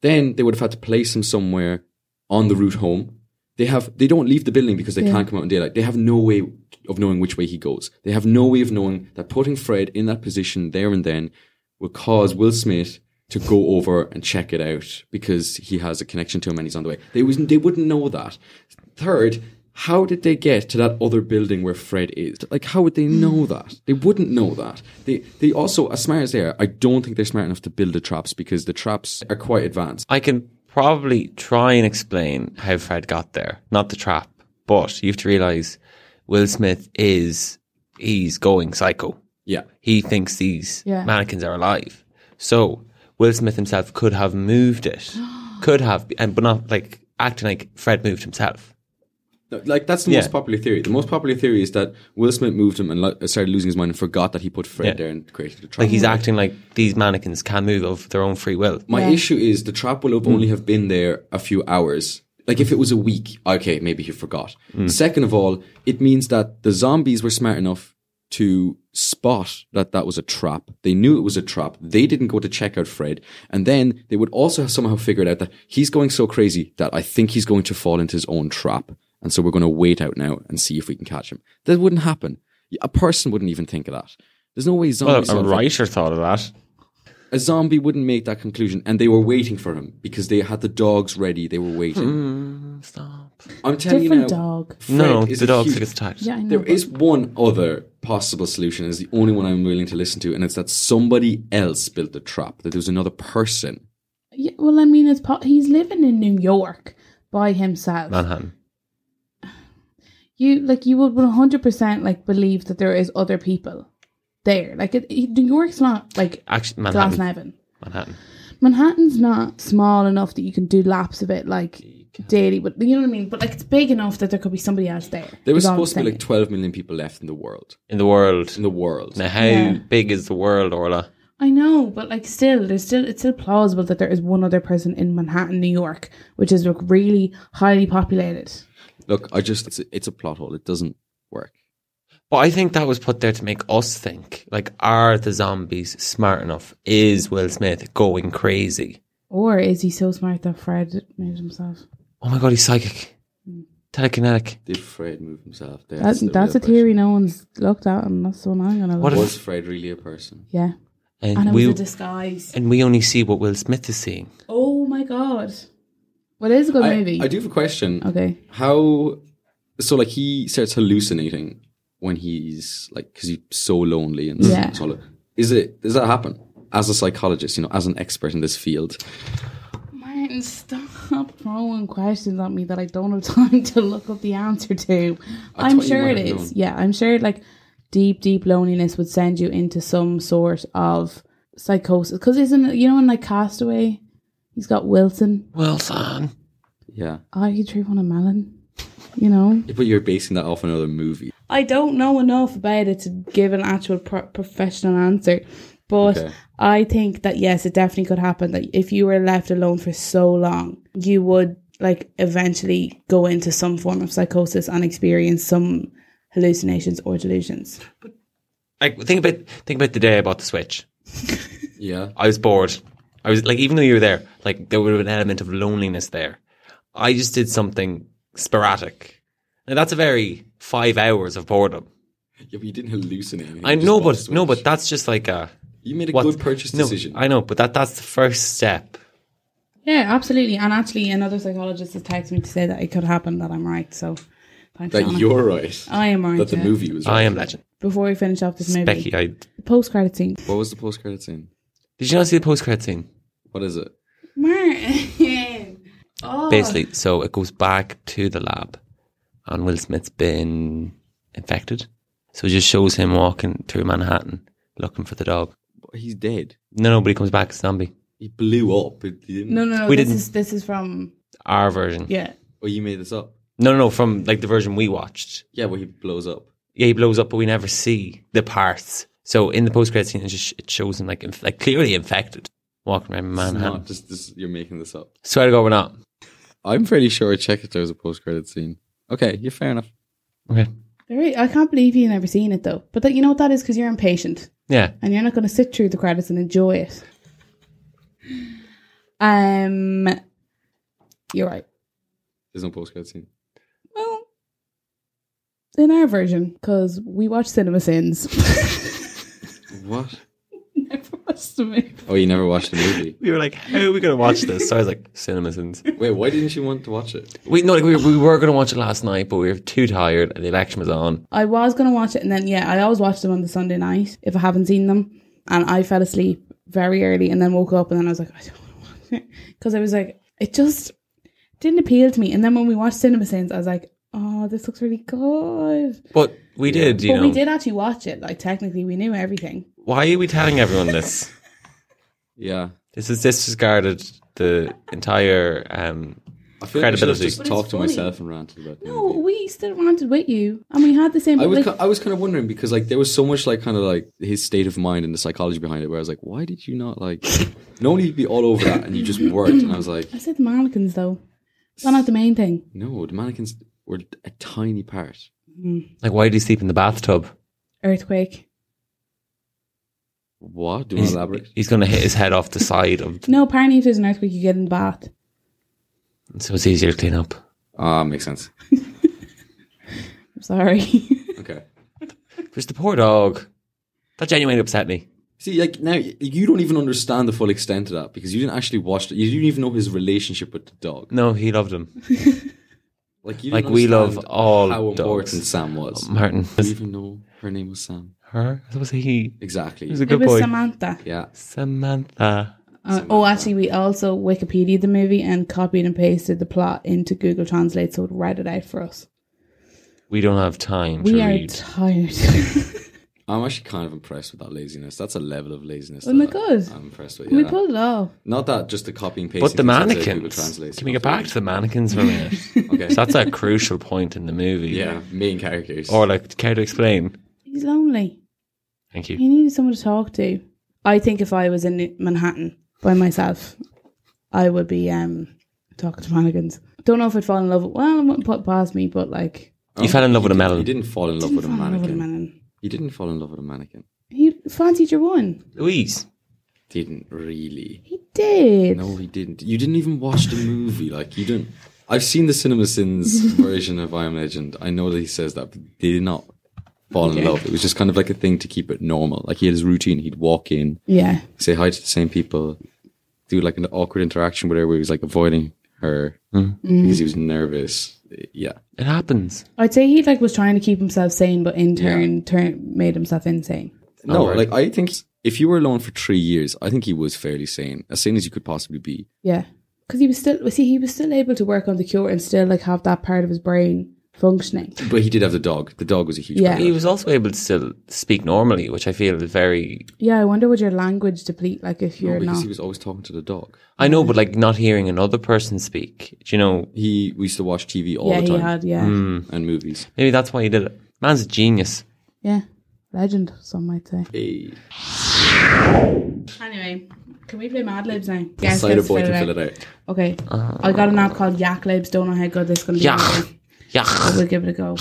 D: Then they would have had to place him somewhere on the route home. They have they don't leave the building because they can't come out in daylight. They have no way of knowing which way he goes. They have no way of knowing that putting Fred in that position there and then will cause Will Smith to go over and check it out because he has a connection to him and he's on the way. They was they wouldn't know that. Third, how did they get to that other building where Fred is? Like, how would they
C: Mm.
D: know that? They wouldn't know that. They they also, as smart as they are, I don't think they're smart enough to build the traps because the traps are quite advanced.
C: I can probably try and explain how Fred got there, not the trap, but you have to realize Will Smith is he's going psycho.
D: Yeah.
C: He thinks these
B: Yeah.
C: mannequins are alive. So Will Smith himself could have moved it, could have, and but not like acting like Fred moved himself.
D: No, Like that's the
C: Yeah.
D: most popular theory. The most popular theory is that Will Smith moved him and lo- started losing his mind and forgot that he put Fred
C: Yeah.
D: there and created the trap.
C: Like
B: Mm.
C: he's acting like these mannequins can move of their own free will.
D: My issue is the trap will have only have been there a few hours. Like if it was a week, okay, maybe he forgot. Second of all, it means that the zombies were smart enough to spot that that was a trap. They knew it was a trap. They didn't go to check out Fred, and then they would also have somehow figured out that he's going so crazy that I think he's going to fall into his own trap, and so we're going to wait out now and see if we can catch him. That wouldn't happen. A person wouldn't even think of that. There's no way zombies. would think-
C: thought of that.
D: a zombie wouldn't make that conclusion, and they were waiting for him because they had the dogs ready. They were waiting.
C: Stop.
D: I'm telling
B: Different
D: you now.
B: dog.
D: Fred
C: no,
D: is
C: the
D: a
C: dog
D: huge-
C: gets attacked.
B: Yeah, I know.
D: uh, There
B: but-
D: is one other possible solution, is the only one I'm willing to listen to, and it's that somebody else built the trap, that there was another person.
B: Yeah, well, I mean, it's po- he's living in New York by himself.
C: Manhattan.
B: You like you would one hundred percent like believe that there is other people there. Like it, it- New York's not like
C: Actually, Manhattan.
B: Glasnevin.
C: Manhattan.
B: Manhattan's not small enough that you can do laps of it like daily. But you know what I mean. But like it's big enough that there could be somebody else there.
D: There was
B: is all I'm
D: supposed to be like
B: saying.
D: 12 million people left in the world.
C: In the world.
D: In the world.
C: Now, how
B: Yeah.
C: big is the world, Orla?
B: I know, but like still, there's still it's still plausible that there is one other person in Manhattan, New York, which is like really highly populated.
D: Look, I just, it's a, it's a plot hole. It doesn't work.
C: But I think that was put there to make us think. Like, are the zombies smart enough? Is Will Smith going crazy?
B: Or is he so smart that Fred made himself?
C: Oh my god, he's psychic.
B: Mm.
C: Telekinetic.
D: Did Fred move himself there?
B: That's that's a theory no one's looked at, and that's the one I'm gonna
C: What
B: look.
C: if-
B: at.
D: Was Fred really a person?
B: Yeah,
C: And,
B: and it
C: we
B: was a disguise.
C: and we only see what Will Smith is seeing.
B: Oh my god, what is a good
D: I,
B: movie?
D: I do have a question.
B: Okay,
D: How, so like he starts hallucinating when he's like, because he's so lonely and
B: Yeah.
D: so Is it, does that happen? As a psychologist, you know, as an expert in this field,
B: Martin, stop throwing questions at me that I don't have time to look up the answer to.
D: I
B: I'm
D: thought you
B: sure
D: might
B: it
D: have
B: is. Yeah, I'm sure like deep, deep loneliness would send you into some sort of psychosis. Because isn't it- you know in like Castaway, he's got Wilson.
C: Well, son.
D: yeah.
B: Oh, he threw on a melon. You know.
D: But you're basing that off another movie.
B: I don't know enough about it to give an actual pro- professional answer, but
D: Okay.
B: I think that yes, it definitely could happen that if you were left alone for so long, you would like eventually go into some form of psychosis and experience some hallucinations or delusions.
C: Like think about think about the day I bought the Switch.
D: Yeah.
C: I was bored. I was like, even though you were there, like there would have been an element of loneliness there. I just did something sporadic. Now that's a very five hours of boredom.
D: Yeah, but you didn't hallucinate. anything,
C: I
D: you just
C: know,
D: bought a
C: but
D: Switch.
C: no, but that's just like a
D: you made a
C: what-
D: good purchase
C: no,
D: decision.
C: I know, but that that's the first step.
B: Yeah, absolutely. And actually, another psychologist has texted me to say that it could happen that I'm right. So thanks,
D: that
B: Anna.
D: you're right.
B: I am right.
D: that the
B: yeah.
D: movie was. Right.
C: I am legend.
B: Before we finish off this movie,
C: Becky, I
B: the post-credit scene.
D: What was the post credit scene?
C: did you not see the post credit scene?
D: What is it?
B: Martin. Oh.
C: Basically, so it goes back to the lab, and Will Smith's been infected. So it just shows him walking through Manhattan looking for the dog.
D: He's dead.
C: No, no, but he comes back as a zombie.
D: He blew up. It didn't.
B: No, no, no.
C: We
B: this
C: didn't-
B: is this is from
C: Our version.
B: yeah.
D: Oh, you made this up.
C: No, no, no, from like the version we watched.
D: Yeah, well, he blows up.
C: Yeah, he blows up, but we never see the parts. So in the post credit scene, it just it shows him like inf- like clearly infected, walking around
D: It's
C: Manhattan.
D: not just this. You're making this up.
C: Swear to God, we're not.
D: I'm pretty sure I checked if there was a post credit scene. Okay, you're fair enough.
C: Okay.
B: Very, I can't believe you've never seen it though. But that you know what that is because you're impatient
C: Yeah.
B: and you're not going to sit through the credits and enjoy it. Um, you're right.
D: There's no post credit scene.
B: Well, in our version, because we watch Cinema Sins.
D: What?
B: Never watched the movie.
D: Oh, you never watched the movie.
C: We were like, how are we going to watch this? So I was like, Cinemasins.
D: Wait, why didn't you want to watch it?
C: We, no, like we, we were going to watch it last night, but we were too tired and the election was on.
B: I was going to watch it, and then yeah, I always watch them on the Sunday night if I haven't seen them. And I fell asleep very early, and then woke up, and then I was like, I don't want to watch it because I was like, it just didn't appeal to me. And then when we watched Cinema Sins, I was like, oh, this looks really good.
C: But we did, you
B: but
C: know.
B: we did actually watch it. Like technically, we knew everything.
C: Why are we telling everyone this?
D: Yeah.
C: this has disregarded the entire. Um,
D: I feel like I should have
C: Credibility.
D: just
B: But it's
D: talked to
B: funny.
D: myself and ranted about the
B: No,
D: movie.
B: we still wanted with you, and we had the same.
D: I was
B: like,
D: ki- I was kind of wondering because like there was so much like kind of like his state of mind and the psychology behind it where I was like why did you not like normally you'd be all over that and you just weren't and I was like
B: I said the mannequins though. That's not the main thing.
D: no the mannequins were a tiny part
C: like, why do you sleep in the bathtub?
B: Mm, Earthquake.
D: what do you want
C: He's,
D: to elaborate
C: he's going to hit his head off the side of.
B: No, apparently if there's an earthquake, you get in the bath.
C: So it's easier to clean up.
D: ah makes sense
B: I'm sorry.
D: okay
C: Just the poor dog. That genuinely upset me.
D: see like now y- you don't even understand the full extent of that because you didn't actually watch it you didn't even know his relationship with the dog
C: No, he loved him.
D: Like you
C: Like,
D: didn't
C: we love
D: understand
C: all
D: how
C: dogs. Um,
D: important Sam was.
C: Martin.
D: Do you even know her name was Sam?
C: Her? That was he.
D: Exactly.
C: He was a
B: It
C: good
B: was
C: boy.
B: Samantha.
D: yeah.
C: Samantha.
B: Uh, oh, actually, we also Wikipedia the movie and copied and pasted the plot into Google Translate, so it read it out for us.
C: We don't have time
B: We
C: to
B: are
C: read.
B: tired.
D: I'm actually kind of impressed with that laziness. That's a level of laziness.
B: Oh
D: that
B: my
D: I-
B: God.
D: I'm impressed with. Yeah.
B: We pulled it off.
D: Not that just the copy and pasting.
C: But the
D: things into Google
C: mannequins.
D: Translate
C: Can we get
D: stuff.
C: back to the mannequins for a minute?
D: Okay.
C: So that's a crucial point in the movie.
D: yeah, main characters.
C: Or like, care to explain?
B: He's lonely.
C: Thank you.
B: He needed someone to talk to. I think if I was in Manhattan by myself, I would be um talking to mannequins. Don't know if I'd fall in love with. Well, it wouldn't put past me, but like
D: Oh,
C: You fell in
D: he
C: love with a
D: did-
C: melon.
D: He didn't fall in love
B: didn't
D: with a
B: fall in love with a
D: mannequin.
B: man.
D: He didn't fall in love with a mannequin.
B: He fancied your one.
C: Louise.
D: Didn't really.
B: He did.
D: No, he didn't. You didn't even watch the movie. Like you didn't. I've seen the CinemaSins version of I Am Legend. I know that he says that, but they did not fall in love. It was just kind of like a thing to keep it normal. Like he had his routine. He'd walk in,
B: Yeah.
D: say hi to the same people, do like an awkward interaction with her where he was like avoiding her because he was nervous. Yeah.
C: It happens.
B: I'd say he like was trying to keep himself sane, but in turn, turn made himself insane.
D: No,
C: Alright.
D: like I think if you were alone for three years, I think he was fairly sane, as sane as you could possibly be.
B: Yeah, because he was still see he was still able to work on the cure and still like have that part of his brain functioning.
D: But he did have the dog. The dog was a huge.
B: Yeah.
D: part of
C: He
D: it.
C: was also able to still speak normally, which I feel is very.
B: Yeah, I wonder would your language deplete like if
D: No,
B: you're
D: because
B: not.
D: he was always talking to the dog.
C: I know, but like not hearing another person speak. Do you know?
D: He we used to watch TV all
B: yeah,
D: the
B: he
D: time Mm.
B: had. Yeah,
D: and movies.
C: Maybe that's why he did it. Man's a genius.
B: yeah, legend. Some might say.
D: Hey,
B: Anyway, can we play Mad Libs now?
D: cider boy can fill it Uh-huh. out.
B: Okay, I got an app called Yak Libs. Don't know how good this is gonna be.
C: Yak.
B: but
C: Yach.
B: We'll give it a go.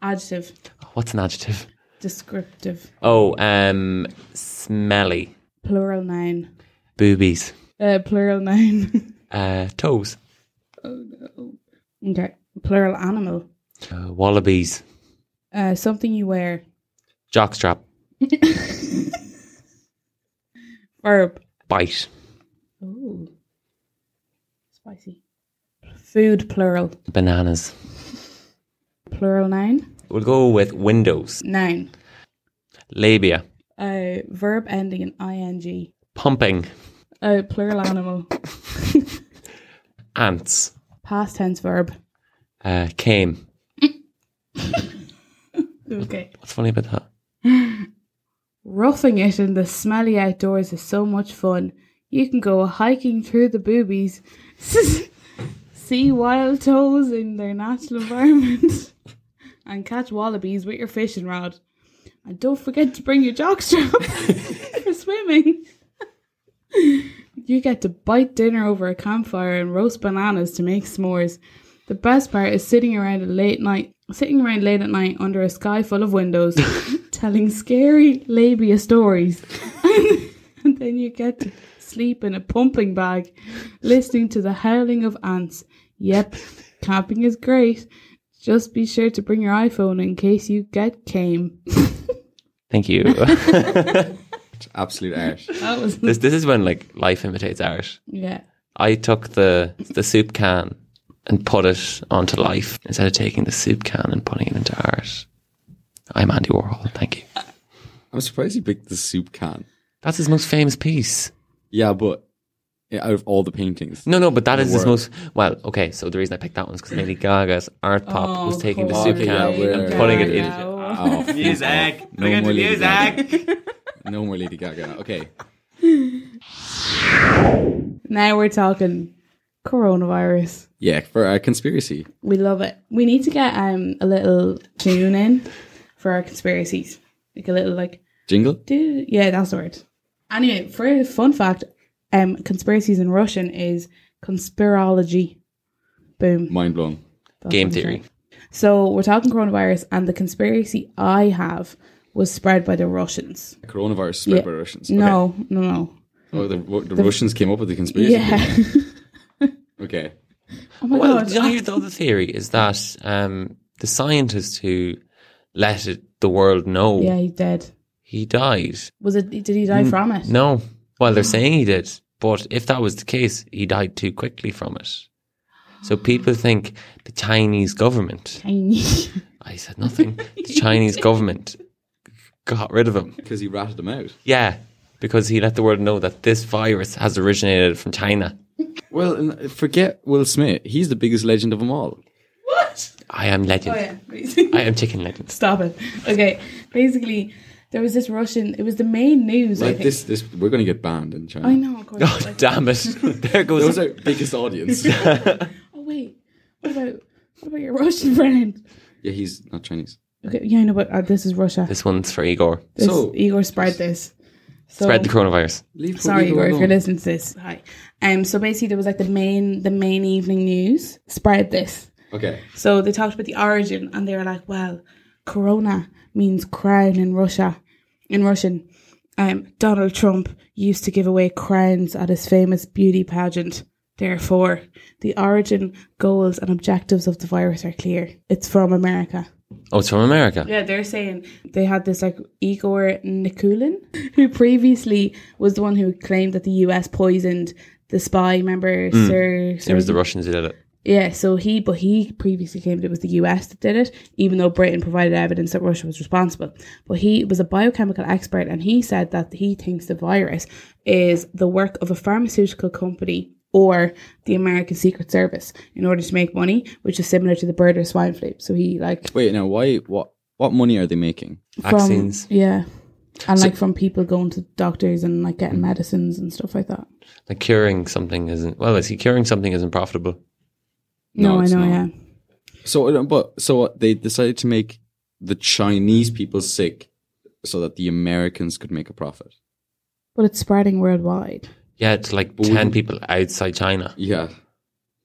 B: Adjective,
C: What's an adjective?
B: descriptive,
C: Oh, um, smelly.
B: plural noun,
C: Boobies.
B: uh, plural noun.
C: Uh, toes.
B: okay, plural animal.
C: Uh, wallabies.
B: Uh, something you wear.
C: Jockstrap.
B: Verb.
C: Bite.
B: Ooh. Spicy. Food plural.
C: Bananas.
B: Plural noun.
C: We'll go with windows.
B: Noun.
C: Labia.
B: Uh, verb ending in ing.
C: Pumping.
B: Uh, plural animal.
C: Ants.
B: Past tense verb.
C: Uh, came.
B: Okay.
C: What's funny about that?
B: Roughing it in the smelly outdoors is so much fun. You can go hiking through the boobies, see wild toes in their natural environment, and catch wallabies with your fishing rod. And don't forget to bring your jockstrap for swimming. You get to bite dinner over a campfire and roast bananas to make s'mores. The best part is sitting around a late night, sitting around late at night under a sky full of windows, telling scary labia stories, and then you get to sleep in a pumping bag, listening to the howling of ants. Yep, camping is great. Just be sure to bring your iPhone in case you get came.
C: Thank you.
D: It's absolute art.
B: That was
C: this this is when like life imitates art.
B: yeah.
C: I took the the soup can and put it onto life instead of taking the soup can and putting it into art. I'm Andy Warhol. Thank you.
D: I'm surprised he picked the soup can.
C: That's his most famous piece.
D: Yeah, but yeah, out of all the paintings,
C: No, no, but that is his
D: Work.
C: most well. Okay, so the reason I picked that one is because Lady Gaga's art pop
B: Oh,
C: was taking the
B: cool.
C: soup
D: Okay,
C: can
D: yeah, we're-
C: and putting it in.
B: Yeah, oh.
D: Oh, fuck
C: Music.
D: off. No
C: We're getting
D: more Lady
C: music.
D: Gaga. No more Lady Gaga. Okay.
B: Now we're talking coronavirus.
D: Yeah, for a conspiracy.
B: We love it. We need to get um a little tune in for our conspiracies, like a little like
D: Jingle?
B: do yeah, that's the word. Anyway, for a fun fact, um, conspiracies in Russian is conspirology. Boom.
D: Mind blown.
B: That's
C: Game
B: what I'm
C: theory.
B: saying. So we're talking coronavirus, and the conspiracy I have was spread by the Russians.
D: Coronavirus spread
B: Yeah.
D: by Russians. Okay.
B: No, no, no.
D: Oh, the, the, Russians came up with the conspiracy.
B: Yeah.
D: Okay.
B: oh my
C: Well,
B: god.
C: did you hear the other theory is that um, the scientist who let it, the world know
B: yeah, he did.
C: he died.
B: Was it? Did he die from it?
C: Mm. No.
B: Hmm.
C: Well, they're saying he did, but if that was the case, he died too quickly from it. So people think the Chinese government,
B: Chinese.
C: I said nothing, the Chinese government got rid of him.
D: because he ratted them out.
C: Yeah, because he let the world know that this virus has originated from China.
D: Well, and forget Will Smith. He's the biggest legend of them all.
B: what?
C: I am legend.
B: Oh yeah.
C: I am chicken legend.
B: Stop it. Okay. Basically, there was this Russian. It was the main news. I
D: Like
B: think.
D: this, this we're going to get banned in China.
B: I know. Of course.
C: Oh,
B: like-
C: damn it. There goes.
D: Those are biggest audience. yeah,
B: oh wait. What about what about your Russian friend?
D: he's not Chinese.
B: Okay. Yeah, I know, but uh, this is Russia.
C: this one's for Igor.
B: This,
D: So-
B: Igor spread this. So,
C: Spread the coronavirus.
D: Leave
B: Sorry,
D: Puerto
B: Igor,
D: Rico
B: if you're
D: alone.
B: listening to this. Hi. Um. So basically, there was like the main the main evening news spread this.
D: Okay.
B: So they talked about the origin, and they were like, "Well, Corona means crown in Russia, in Russian." Um, Donald Trump used to give away crowns at his famous beauty pageant. Therefore, the origin, goals, and objectives of the virus are clear. It's from America.
C: Oh, it's from America.
B: Yeah, they're saying they had this like Igor Nikulin, who previously was the one who claimed that the U.S. poisoned the spy. Remember, Sir,
C: It
B: Sir
C: Hmm. was the Russians who did it.
B: yeah, so he, but he previously claimed it was the US that did it, even though Britain provided evidence that Russia was responsible. But he was a biochemical expert and he said that he thinks the virus is the work of a pharmaceutical company or the American Secret Service in order to make money, which is similar to the bird or swine flu. So he, like,
D: Wait, now why? What? What money are they making?
B: from,
C: Vaccines.
B: Yeah. And, like, from people going to doctors and, like, getting medicines and stuff like that.
C: Like curing something isn't. Well, is he curing something isn't profitable?
D: No,
B: No, I
D: it's
B: know,
D: not.
B: yeah.
D: So, uh, but so what, they decided to make the Chinese people sick, so that the Americans could make a profit.
B: But it's spreading worldwide.
C: Yeah, it's like
D: But
C: 10
D: wouldn't-
C: people outside China.
D: Yeah.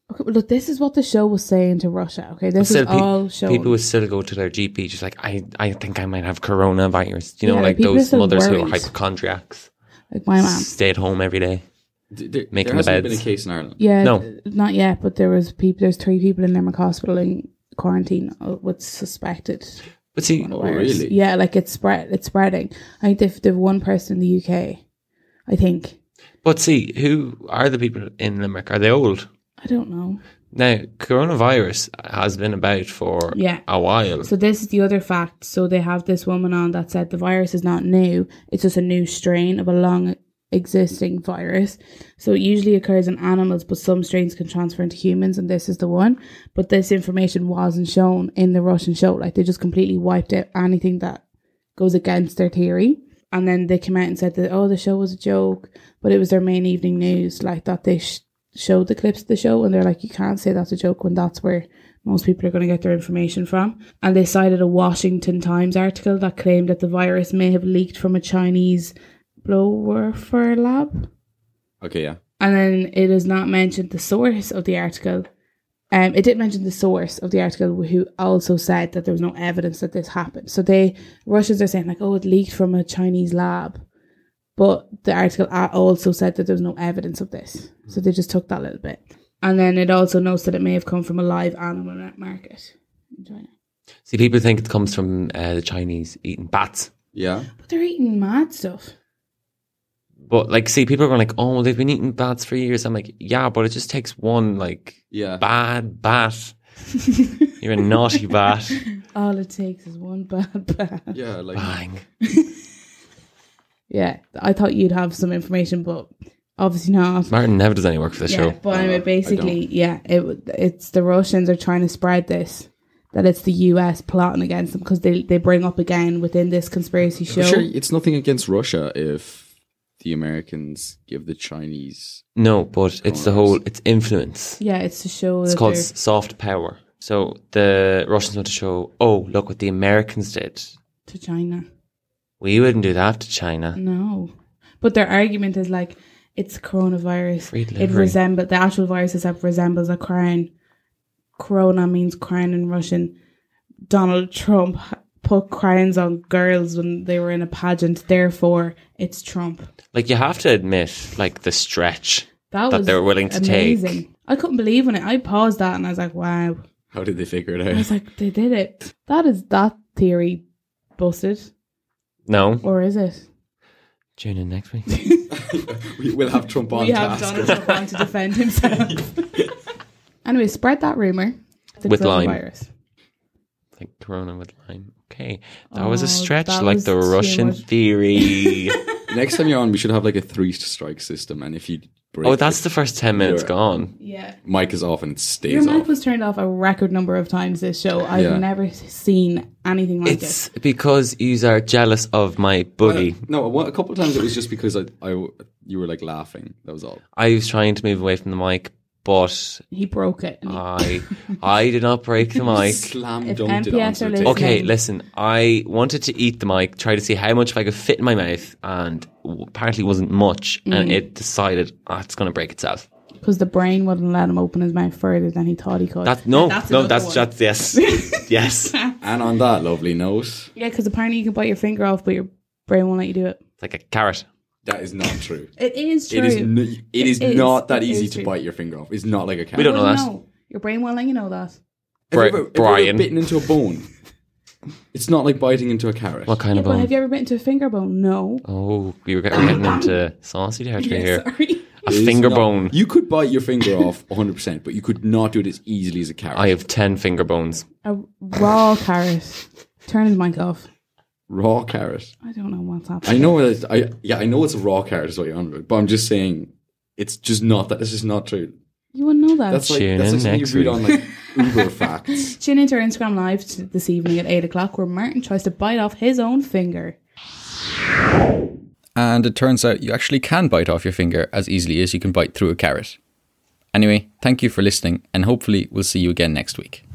B: Okay, well, look, this is what the show was saying to Russia. Okay, this
C: Still
B: is
C: pe-
B: all shown.
C: People would still go to their GP, just like, I, I think I might have coronavirus. You know,
B: Yeah,
C: like
B: people are
C: those
B: so
C: mothers who are
B: worried.
C: hypochondriacs,
B: like my mom.
C: stay at home every day.
D: D- There,
C: Making
D: there
C: the
D: hasn't
C: beds.
D: been a case in Ireland.
B: Yeah,
C: No.
B: th- not yet. But there was people. There's three people in Limerick Hospital in quarantine uh, with suspected.
C: But see,
D: Oh,
B: virus.
D: really?
B: Yeah, like it's spread. It's spreading. I think they've, they've one person in the UK. I think.
C: but see, who are the people in Limerick? Are they old?
B: I don't know.
C: Now, coronavirus has been about for
B: Yeah.
C: a while.
B: So this is the other fact. So they have this woman on that said the virus is not new. It's just a new strain of a long existing virus. So it usually occurs in animals, but some strains can transfer into humans, and this is the one. But this information wasn't shown in the Russian show. Like they just completely wiped out anything that goes against their theory. And then they came out and said that oh the show was a joke, but it was their main evening news. Like that they sh- showed the clips of the show, and they're like you can't say that's a joke when that's where most people are going to get their information from. And they cited a Washington Times article that claimed that the virus may have leaked from a Chinese blower lab
D: Okay. Yeah.
B: and then it is not mentioned the source of the article. Um, it did mention the source of the article, who also said that there was no evidence that this happened. So they Russians are saying like, oh, it leaked from a Chinese lab, but the article a- also said that there was no evidence of this. So they just took that little bit, and then it also notes that it may have come from a live animal ma- market in China.
C: See, people think it comes from uh, the Chinese eating bats.
D: Yeah.
B: But they're eating mad stuff.
C: But like, see, people are like, oh, well, they've been eating bats for years. I'm like, yeah, but it just takes one like
D: Yeah.
C: bad bat. You're a naughty bat.
B: All it takes is one bad bad.
D: Yeah. Like.
C: Bang.
B: Yeah, I thought you'd have some information, but obviously not.
C: Martin never does any work for the
B: Yeah,
C: show.
B: but anyway,
D: Uh, I
B: basically, yeah, it w- it's the Russians are trying to spread this that it's the U.S. plotting against them because they they bring up again within this conspiracy show.
D: For sure, it's nothing against Russia if the Americans give the Chinese.
C: No, but it's the whole it's influence.
B: Yeah, it's to show
C: It's
B: that
C: called
B: they're-
C: s- soft power. So the Russians want to show, oh, look what the Americans did.
B: to China.
C: We wouldn't do that to China.
B: No, but their argument is like it's
C: Free
B: coronavirus. It
C: delivery.
B: resembles the actual virus itself resembles a crown. Corona means crown in Russian. Donald Trump h- put crowns on girls when they were in a pageant. Therefore, it's Trump.
C: Like you have to admit, like the stretch.
B: that,
C: that
B: was
C: they were willing to take.
B: amazing. I couldn't believe when it. I paused that and I was like, wow.
D: How did they figure
B: I
D: it
B: was
D: out?
B: like, they did it. That is that theory busted,
C: No.
B: or is it?
C: Tune in next week.
D: we will have Trump on
B: we have
D: task.
B: Donald Trump on to defend himself. Anyway, spread that rumor. The
C: With lime.
B: coronavirus.
C: Like Corona with lime. Okay. That was a
B: Oh,
C: stretch,
B: that
C: like
B: was
C: the
B: too
C: Russian
B: much.
C: theory.
D: Next time you're on, we should have like a three strike system. And if you break,
C: oh, that's
D: it,
C: the first 10 minutes
D: You're-
C: gone.
B: Yeah.
D: mic is off and it
B: Your
D: stays
B: mic
D: off.
B: was turned off a record number of times this show. I've
D: Yeah.
B: never seen anything like this.
C: It's because you are jealous of my boogie.
D: No, one- a couple of times it was just because I, I, you were like laughing. That was all.
C: I was trying to move away from the mic, but
B: He broke it. and he-
C: I I did not break the mic.
D: Slam
B: If
D: dunked it
B: NPS
D: onto
B: are
D: the table.
B: listening-
C: Okay, listen. I wanted to eat the mic, try to see how much I could fit in my mouth, and w- apparently wasn't much.
B: Mm.
C: And it decided ah, it's going to break itself.
B: Because the brain wouldn't let him open his mouth further than he thought he could.
C: That no,
B: That's
C: no,
B: another
C: that's
B: one.
C: that's yes, yes. It's
D: And on that lovely note,
B: yeah, because apparently you can bite your finger off, but your brain won't let you do it.
C: like a carrot.
D: that is not true.
B: It is true.
D: It is, n- it, it is,
B: is.
D: not that
B: It
D: easy
B: is
D: to
B: true.
D: bite your finger off. It's not like a cat.
C: We don't know that.
B: Your brain won't let you know that.
D: Have you
C: Bri-
D: ever- have you ever
C: Brian.
D: bitten into a bone. It's not like biting into a carrot.
C: What kind
B: Yeah,
C: of
B: but
C: bone?
B: have you ever been to a finger bone? No.
C: oh, we were getting getting into saucy territory here.
B: Sorry.
C: A
D: It is
C: finger
D: not-
C: bone.
D: You could bite your finger off 100%, but you could not do it as easily as a carrot.
C: I have ten finger bones.
B: A raw carrot. Turn his mic off.
D: raw carrot.
B: I don't know what's
D: I
B: happening.
D: know it's, I yeah, I know it's a raw carrot is what you're on about, but I'm just saying it's just not that. It's just not true.
B: You wouldn't know that.
D: That's like
C: Tune
D: that's
C: in
D: like something you
C: next
D: read
C: week.
D: on like Uber facts.
B: Tune into our Instagram live t- this evening at 8 o'clock where Martin tries to bite off his own finger.
A: And it turns out you actually can bite off your finger as easily as you can bite through a carrot. Anyway, thank you for listening, and hopefully, we'll see you again next week.